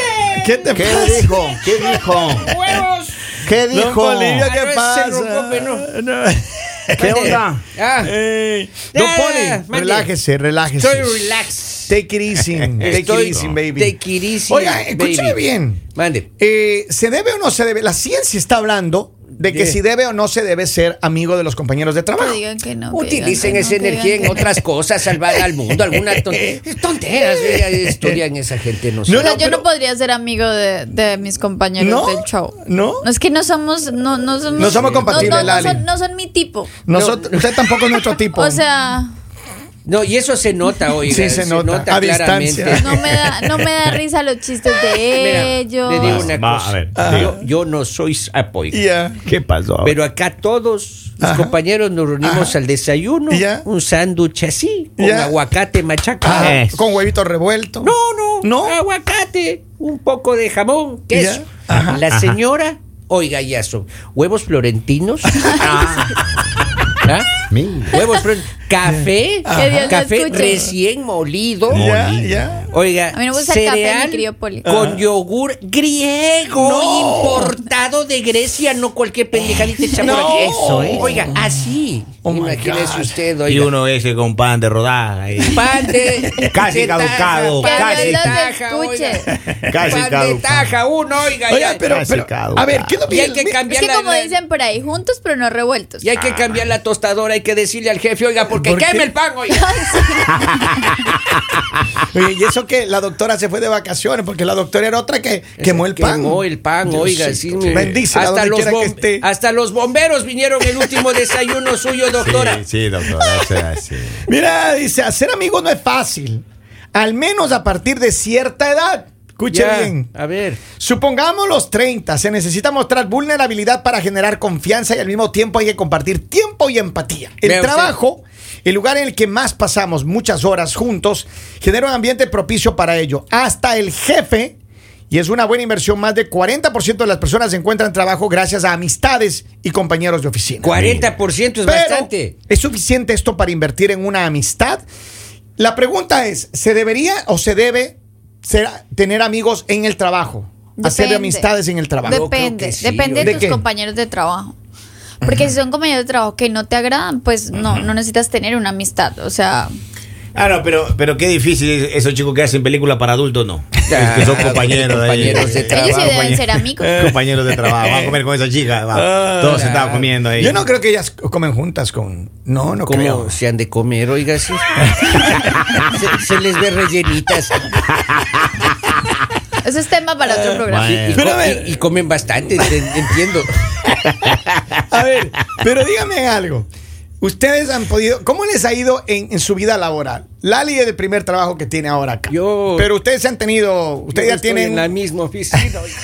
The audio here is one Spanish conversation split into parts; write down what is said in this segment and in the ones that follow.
Eh, ¿Qué te ¿Qué pasa? dijo? ¿Qué dijo? ¡Huevos! ¿Qué Don dijo? Bolivia, ¿qué Agarró el pasa? cerro, No. ¿Qué onda? Ah, Eh, Ey. Don Ya, ya, ya, Poli, mande. relájese, relájese. estoy relax. Take it easy. Take Estoy- it easy, baby. Take it easy, Oiga, escúcheme baby. bien. Mande. Eh, ¿Se debe o no se debe? La ciencia está hablando de que Yeah. si debe o no se debe ser amigo de los compañeros de trabajo. No digan que no. que Utilicen digan que esa no, que energía digan en que no. otras cosas, salvar al mundo, alguna ton- Eh, tonteras. ya Estudian esa gente, no sé. No, O sea, no, yo pero- no podría ser amigo de, de mis compañeros ¿No? del show. ¿No? es que no somos, no, no somos, No somos compatibles, no, no, no Lali. son, no son mi tipo. Nosotros- Usted tampoco es nuestro tipo. O sea, No, y eso se nota, oiga. Sí, se nota, a claramente. distancia. no me da, no me da risa los chistes Mira, de ellos. le digo una Va, cosa. a ver, yo, yo no soy apoyo. Ya. ¿Qué pasó? Pero acá todos los Ajá. compañeros nos reunimos Ajá. al desayuno, Ya. un sándwich así, un Ya. aguacate machaca. Ah, Es. Con huevito revuelto. No, no, ¿No? aguacate, un poco de jamón, queso. Ya. Ajá, la señora, oiga, ya son huevos florentinos. ¿Ah? Mira. Huevos florentinos. Café, Que Dios lo café escuche. recién molido. Ya, Molido. ya. Oiga, A mí no me gusta el cereal café, mi querido Poli. con yogur griego importado de Grecia, no cualquier pendejadita hecha por No. aquí. Oiga, así. Oh my Imagínese God. usted, y oiga. uno ese con pan de rodaja. y- Pan de Casi de caducado, taja, pan casi. de Que Dios taja, los oiga. escuche. Casi pan de caducado. taja, uno, oiga. Oiga, ya. pero, Casi pero- caducado. a ver, ¿qué es lo y hay mi- que mi- cambiar Es la- que como la- dicen por ahí, juntos pero no revueltos. Y hay que cambiar la tostadora, hay que decirle al jefe, oiga, porque ¿Por qué? queme el pan, oiga. Oye, y eso que la doctora se fue de vacaciones, porque la doctora era otra que quemó el pan. Eh, Quemó el pan, oiga. sí, mi- Bendícela hasta, donde los quiera que bom- esté. hasta los bomberos vinieron el último desayuno suyo, doctora. Sí, sí, doctora. eso es así. Mira, dice, hacer amigos no es fácil. Al menos a partir de cierta edad. Escuche Ya, bien. A ver. Supongamos los 30, se necesita mostrar vulnerabilidad para generar confianza y al mismo tiempo hay que compartir tiempo y empatía. El Vea usted. trabajo, el lugar en el que más pasamos muchas horas juntos, genera un ambiente propicio para ello. Hasta el jefe, y es una buena inversión, más del 40% de las personas encuentran trabajo gracias a amistades y compañeros de oficina. 40% es Pues Pero, bastante. ¿Es suficiente esto para invertir en una amistad? La pregunta es, ¿se debería o se debe ser- tener amigos en el trabajo? Hacer Depende. amistades en el trabajo. Yo creo Depende, que sí, depende oye. de ¿De tus qué? compañeros de trabajo. Porque si son compañeros de trabajo que no te agradan, pues no, no necesitas tener una amistad. O sea, Ah, no, pero, pero qué difícil es esos chicos que hacen películas para adultos, no. Ya, Es que son compañeros de ahí. compañeros de trabajo. ellos sí deben ser compañeros- amigos. Compañeros de trabajo. Van a comer con esa chica. va. Todos se estaban comiendo ahí. Yo no creo que ellas comen juntas con... No, no ¿Cómo creo. se han de comer, oiga? sí? se, se les ve rellenitas. Ese es tema para otro programa. Bueno. Y, y Pero a co- ver. y- y comen bastante, en- entiendo. A ver, pero díganme algo. Ustedes han podido... ¿Cómo les ha ido en, en su vida laboral? Lali es el primer trabajo que tiene ahora acá. Yo- pero ustedes han tenido... Ustedes Yo ya estoy tienen... En la misma oficina. oiga.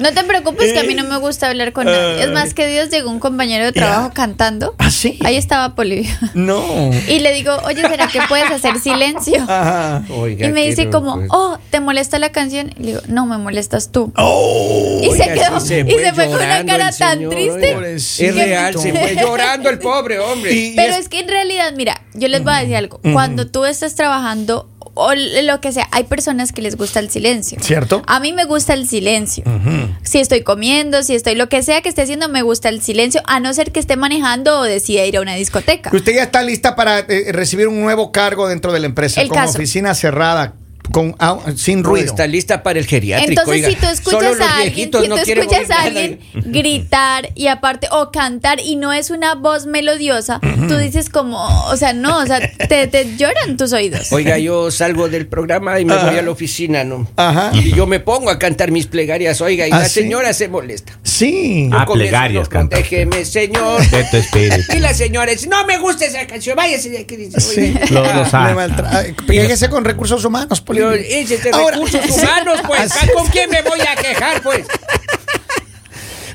No te preocupes que a mí no me gusta hablar con nadie. Es más que Dios llegó un compañero de trabajo cantando. Ah, sí. Ahí estaba Polivia. No. Y le digo, oye, ¿será que puedes hacer silencio? Ah, Ajá. Oiga, Y me qué pues. dice como, locura. oh, ¿te molesta la canción? Y le digo, no, me molestas tú. Oh. y se Oiga, quedó, sí y se fue con una llorando cara el tan señor, triste. oiga. Pobrecito. Es real, se fue llorando el pobre hombre. Y- y Pero es- es que en realidad, mira, yo les voy a decir algo. Cuando tú estás trabajando o l- lo que sea, hay personas que les gusta el silencio. ¿Cierto? A mí me gusta el silencio. Si estoy comiendo, si estoy lo que sea que esté haciendo, me gusta el silencio, a no ser que esté manejando o decida ir a una discoteca. Pues, Que Usted ya está lista para eh, recibir un nuevo cargo dentro de la empresa, El como caso. oficina cerrada, con, au- sin No ruido. está lista para el geriátrico. Entonces, oiga. si tú Solo escuchas los a alguien, viejitos si no tú quieren escuchas a oír nada. alguien gritar y aparte o cantar y no es una voz melodiosa, tú dices como, o sea, no, o sea, te, te lloran tus oídos. Oiga, yo salgo del programa y me Ah. voy a la oficina, ¿no? Ajá. Y yo me pongo a cantar mis plegarias, oiga, y ¿Ah, la sí? señora se molesta. Sí. Ah, Yo comienzo, plegarias "No, canta. Protégeme, señor. De tu espíritu. Y la señora dice, no me gusta esa canción, váyase de aquí. Dice, Sí. "Oye, Lo- ah, lo sabe. Le maltra- Ay, Fíjese con recursos humanos, Poli. yo, ese es de Ahora- recursos humanos, pues, Así- ¿con quién me voy a quejar, pues?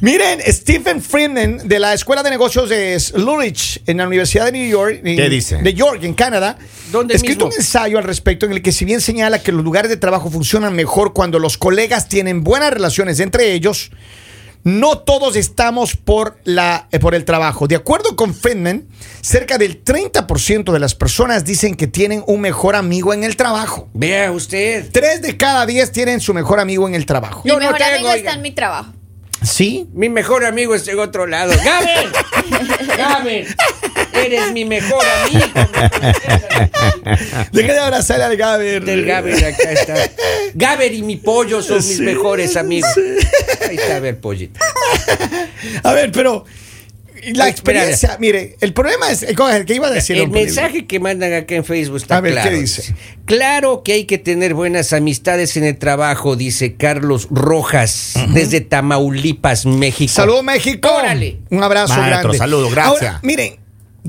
Miren, Stephen Friedman de la Escuela de Negocios de Lurich en la Universidad de New York, en- ¿Qué dice? de York, en Canadá, ¿Dónde escrito mismo? un ensayo al respecto en el que si bien señala que los lugares de trabajo funcionan mejor cuando los colegas tienen buenas relaciones entre ellos, no todos estamos por, la, eh, por el trabajo. De acuerdo con Friedman, cerca del 30% de las personas dicen que tienen un mejor amigo en el trabajo. Vea usted. Tres de cada diez tienen su mejor amigo en el trabajo. Mi Yo no mejor tengo, amigo oiga. está en mi trabajo. ¿Sí? Mi mejor amigo está en otro lado. ¡Gaben! ¡Gaben! Eres mi mejor amigo. Deja de abrazar al Gaber. Del Gaber acá está. Gaber y mi pollo son mis mejores amigos. Ahí está, a ver, pollito. A ver, pero Espera, la experiencia, mire, el problema es, ¿qué iba a decir? El don Polibio? mensaje que mandan acá en Facebook está A ver, claro. ¿qué dice? Claro que hay que tener buenas amistades en el trabajo, dice Carlos Rojas, desde Tamaulipas, México. Saludos México. Órale. Un abrazo Maestro, grande. saludo, gracias. Ahora, miren,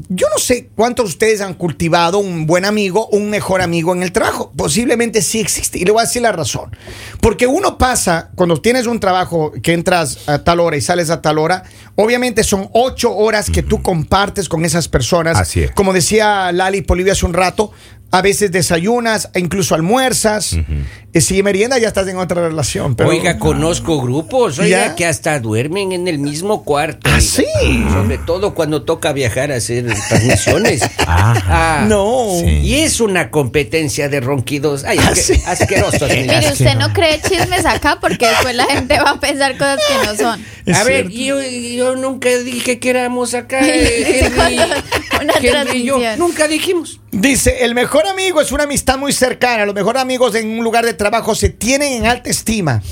yo no sé cuántos de ustedes han cultivado un buen amigo, un mejor amigo en el trabajo. Posiblemente sí existe. Y le voy a decir la razón. Porque uno pasa, cuando tienes un trabajo que entras a tal hora y sales a tal hora, obviamente son ocho horas que tú compartes con esas personas. Así es. Como decía Lali Polivio hace un rato, a veces desayunas, e incluso almuerzas. Y si merienda ya estás en otra relación. Pero, oiga, conozco grupos, oiga, ¿Ya? que hasta duermen en el mismo cuarto. ¿Ah, oiga. sí? Sobre todo cuando toca viajar a hacer transmisiones. Ajá. Ah, No. Sí. Y es una competencia de ronquidos. Ay, ¿Ah, asque- sí? asquerosos, mira. Mire, usted no cree chismes acá porque después la gente va a pensar cosas que no son. Es a ver, yo, cierto. yo nunca dije que éramos acá. eh, Henry, Una Henry y yo transmisión. nunca dijimos. Dice, el mejor amigo es una amistad muy cercana. Los mejores amigos en un lugar de trabajo se tienen en alta estima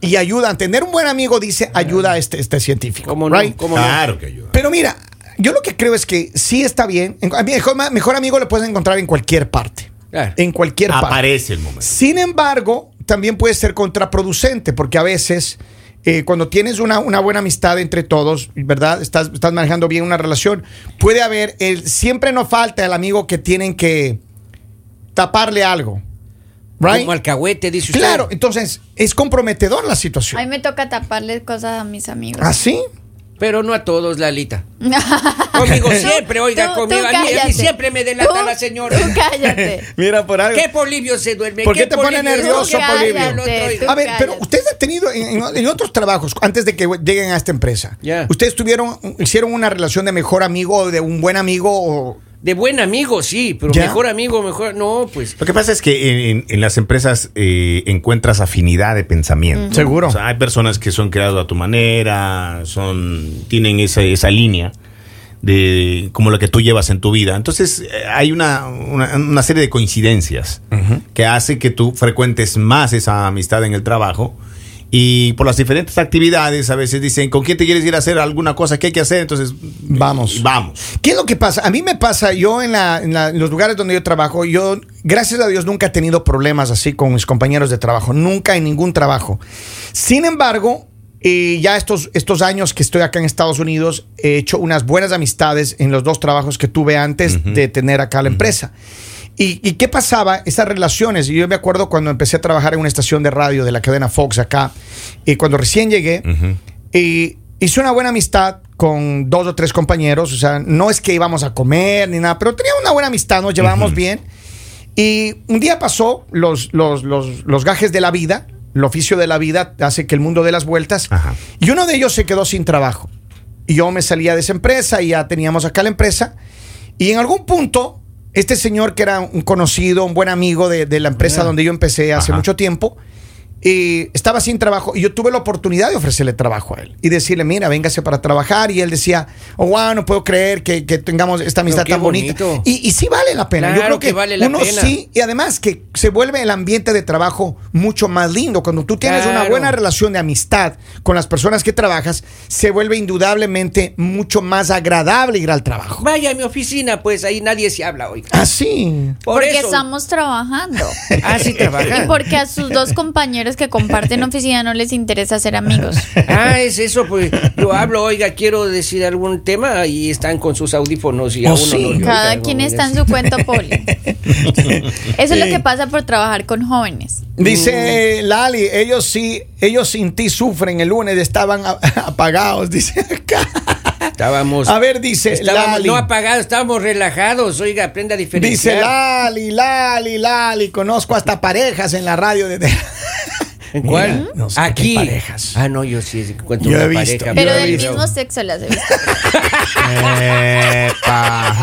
y ayudan. Tener un buen amigo, dice, ayuda a este, este científico. ¿Cómo no? right? ¿Cómo no? Claro que ayuda. Pero mira, yo lo que creo es que sí está bien. En- a mi Mejor, ma- mejor amigo lo puedes encontrar en cualquier parte. Claro. En cualquier parte. Aparece el momento. Pues. Sin embargo, también puede ser contraproducente, porque a veces eh, cuando tienes una, una buena amistad entre todos, ¿verdad? Estás, estás manejando bien una relación, puede haber, el, siempre no falta el amigo que tienen que taparle algo. ¿right? Como alcahuete, dice usted. Claro, entonces es comprometedor la situación. ¿Ah, A mí me toca taparle cosas a mis amigos. Ah, ¿Así? Pero no a todos, Lalita. Conmigo siempre, oiga, Tú- tú conmigo. A mí, a mí cállate. siempre me delata Tú- la señora. Tú cállate. Mira, por algo. ¿Qué Polibio se duerme? ¿Por qué te pone nervioso, Polibio? Tú A ver, pero cállate. ustedes han tenido en, en- en otros trabajos, antes de que lleguen a esta empresa, Ya. ustedes tuvieron, hicieron una relación de mejor amigo o de un buen amigo o De buen amigo, sí, pero ¿Ya? mejor amigo, mejor. No, pues. Lo que pasa es que en, en- en las empresas eh, encuentras afinidad de pensamiento. Seguro. O sea, hay personas que son creadas a tu manera, son tienen esa, esa línea de como la que tú llevas en tu vida. Entonces eh, hay una, una, una serie de coincidencias que hace que tú frecuentes más esa amistad en el trabajo. Y por las diferentes actividades a veces dicen, ¿con quién te quieres ir a hacer alguna cosa que hay que hacer? Entonces, Vamos. Vamos. ¿Qué es lo que pasa? A mí me pasa, yo en, la- en la- en los lugares donde yo trabajo, yo, gracias a Dios, nunca he tenido problemas así con mis compañeros de trabajo, nunca en ningún trabajo. Sin embargo, eh, ya estos, estos años que estoy acá en Estados Unidos, he hecho unas buenas amistades en los dos trabajos que tuve antes de tener acá la empresa. ¿Y, y qué pasaba? Esas relaciones. y Yo me acuerdo cuando empecé a trabajar en una estación de radio de la cadena Fox acá, y cuando recién llegué, y hice una buena amistad con dos o tres compañeros. O sea, no es que íbamos a comer ni nada, pero tenía una buena amistad, nos llevábamos bien. Y un día pasó los, los, los, los gajes de la vida, el oficio de la vida hace que el mundo dé las vueltas. Ajá. Y uno de ellos se quedó sin trabajo. Y yo me salía de esa empresa y ya teníamos acá la empresa. Y en algún punto, este señor que era un conocido, un buen amigo de, de la empresa donde yo empecé hace Ah. Ajá. mucho tiempo, y estaba sin trabajo y yo tuve la oportunidad de ofrecerle trabajo a él y decirle, mira, véngase para trabajar. Y él decía, oh, wow, no puedo creer que, que tengamos esta amistad qué tan bonita. bonito. Y, y sí vale la pena. yo Claro creo que, que vale la uno pena. sí, y además que se vuelve el ambiente de trabajo mucho más lindo. Cuando tú tienes una Claro. buena relación de amistad con las personas que trabajas, se vuelve indudablemente mucho más agradable ir al trabajo. Vaya a mi oficina, pues ahí nadie se habla, oiga. Así. Por porque eso. estamos trabajando. Ah, sí Y trabajan. porque a sus dos compañeros que comparten oficina no les interesa ser amigos. Ah, es eso, pues yo hablo, oiga, quiero decir algún tema y están con sus audífonos y a Oh, uno sí. no le Cada oiga, quien no, está en es- su cuento poli. Eso es lo que pasa por trabajar con jóvenes. Dice Mm. Lali, ellos sí, ellos sin ti sufren. El lunes estaban a- apagados, dice acá. Estábamos. A ver, dice estábamos Lali. Pues, no apagados, estábamos relajados, oiga, aprenda a diferenciar. Dice Lali, Lali, Lali, conozco hasta parejas en la radio. de- ¿En Mira, cuál? no sé, Aquí. qué parejas. Ah, no, yo sí encuentro Yo una he visto, pareja. yo Pero he del visto. mismo sexo las he visto. Epa, ja,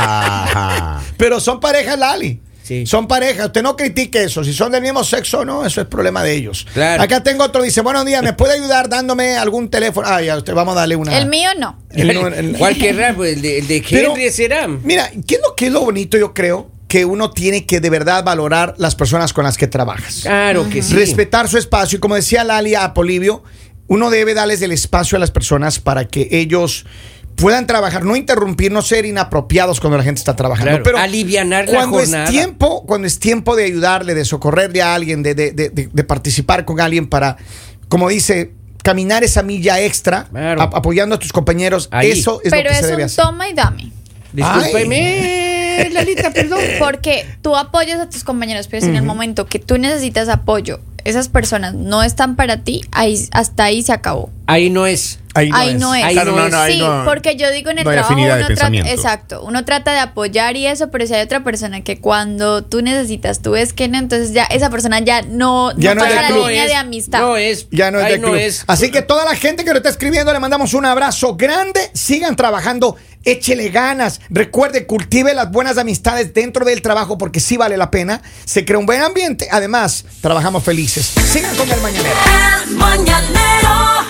ja. Pero son parejas, Lali. Sí. Son parejas, usted no critique eso. Si son del mismo sexo o no, eso es problema de ellos. Claro. Acá tengo otro, dice, buenos días, ¿me puede ayudar dándome algún teléfono? Ah, ya, usted, vamos a darle una. El mío no. El no- el- ¿Cuál querrá? Pues el de, el de Pero, Henry será. Mira, ¿qué es lo que es lo bonito, yo creo? Que uno tiene que de verdad valorar las personas con las que trabajas. Claro que Ah, sí. Respetar su espacio. Y como decía Lali a Polivio, uno debe darles el espacio a las personas para que ellos puedan trabajar, no interrumpir, no ser inapropiados cuando la gente está trabajando. Claro, Pero alivianar la cuando jornada. Es tiempo, cuando es tiempo de ayudarle, de socorrerle a alguien, de, de- de- de- de participar con alguien para, como dice, caminar esa milla extra, Claro. a- apoyando a tus compañeros. Ahí. Eso es Pero lo que es se debe un hacer. toma y dame. Discúlpeme, Lalita, perdón. Porque tú apoyas a tus compañeros, pero si en el momento que tú necesitas apoyo, esas personas no están para ti, ahí, hasta ahí se acabó. Ahí no es. Ahí Ahí no es. Ahí Claro, no no, es. no, ahí sí, no- porque yo digo en el no hay trabajo afinidad de uno trata, pensamiento. exacto, uno trata de apoyar y eso, pero si hay otra persona que cuando tú necesitas, tú ves que no, entonces ya esa persona ya no, Ya no es pasa del la club. línea es, de amistad. No es. Ya no es, Ahí de club. Así que toda la gente que lo está escribiendo, le mandamos un abrazo grande. Sigan trabajando, échele ganas. Recuerde, cultive las buenas amistades dentro del trabajo porque sí vale la pena. Se crea un buen ambiente. Además, trabajamos felices. Sigan con el mañanero. El mañanero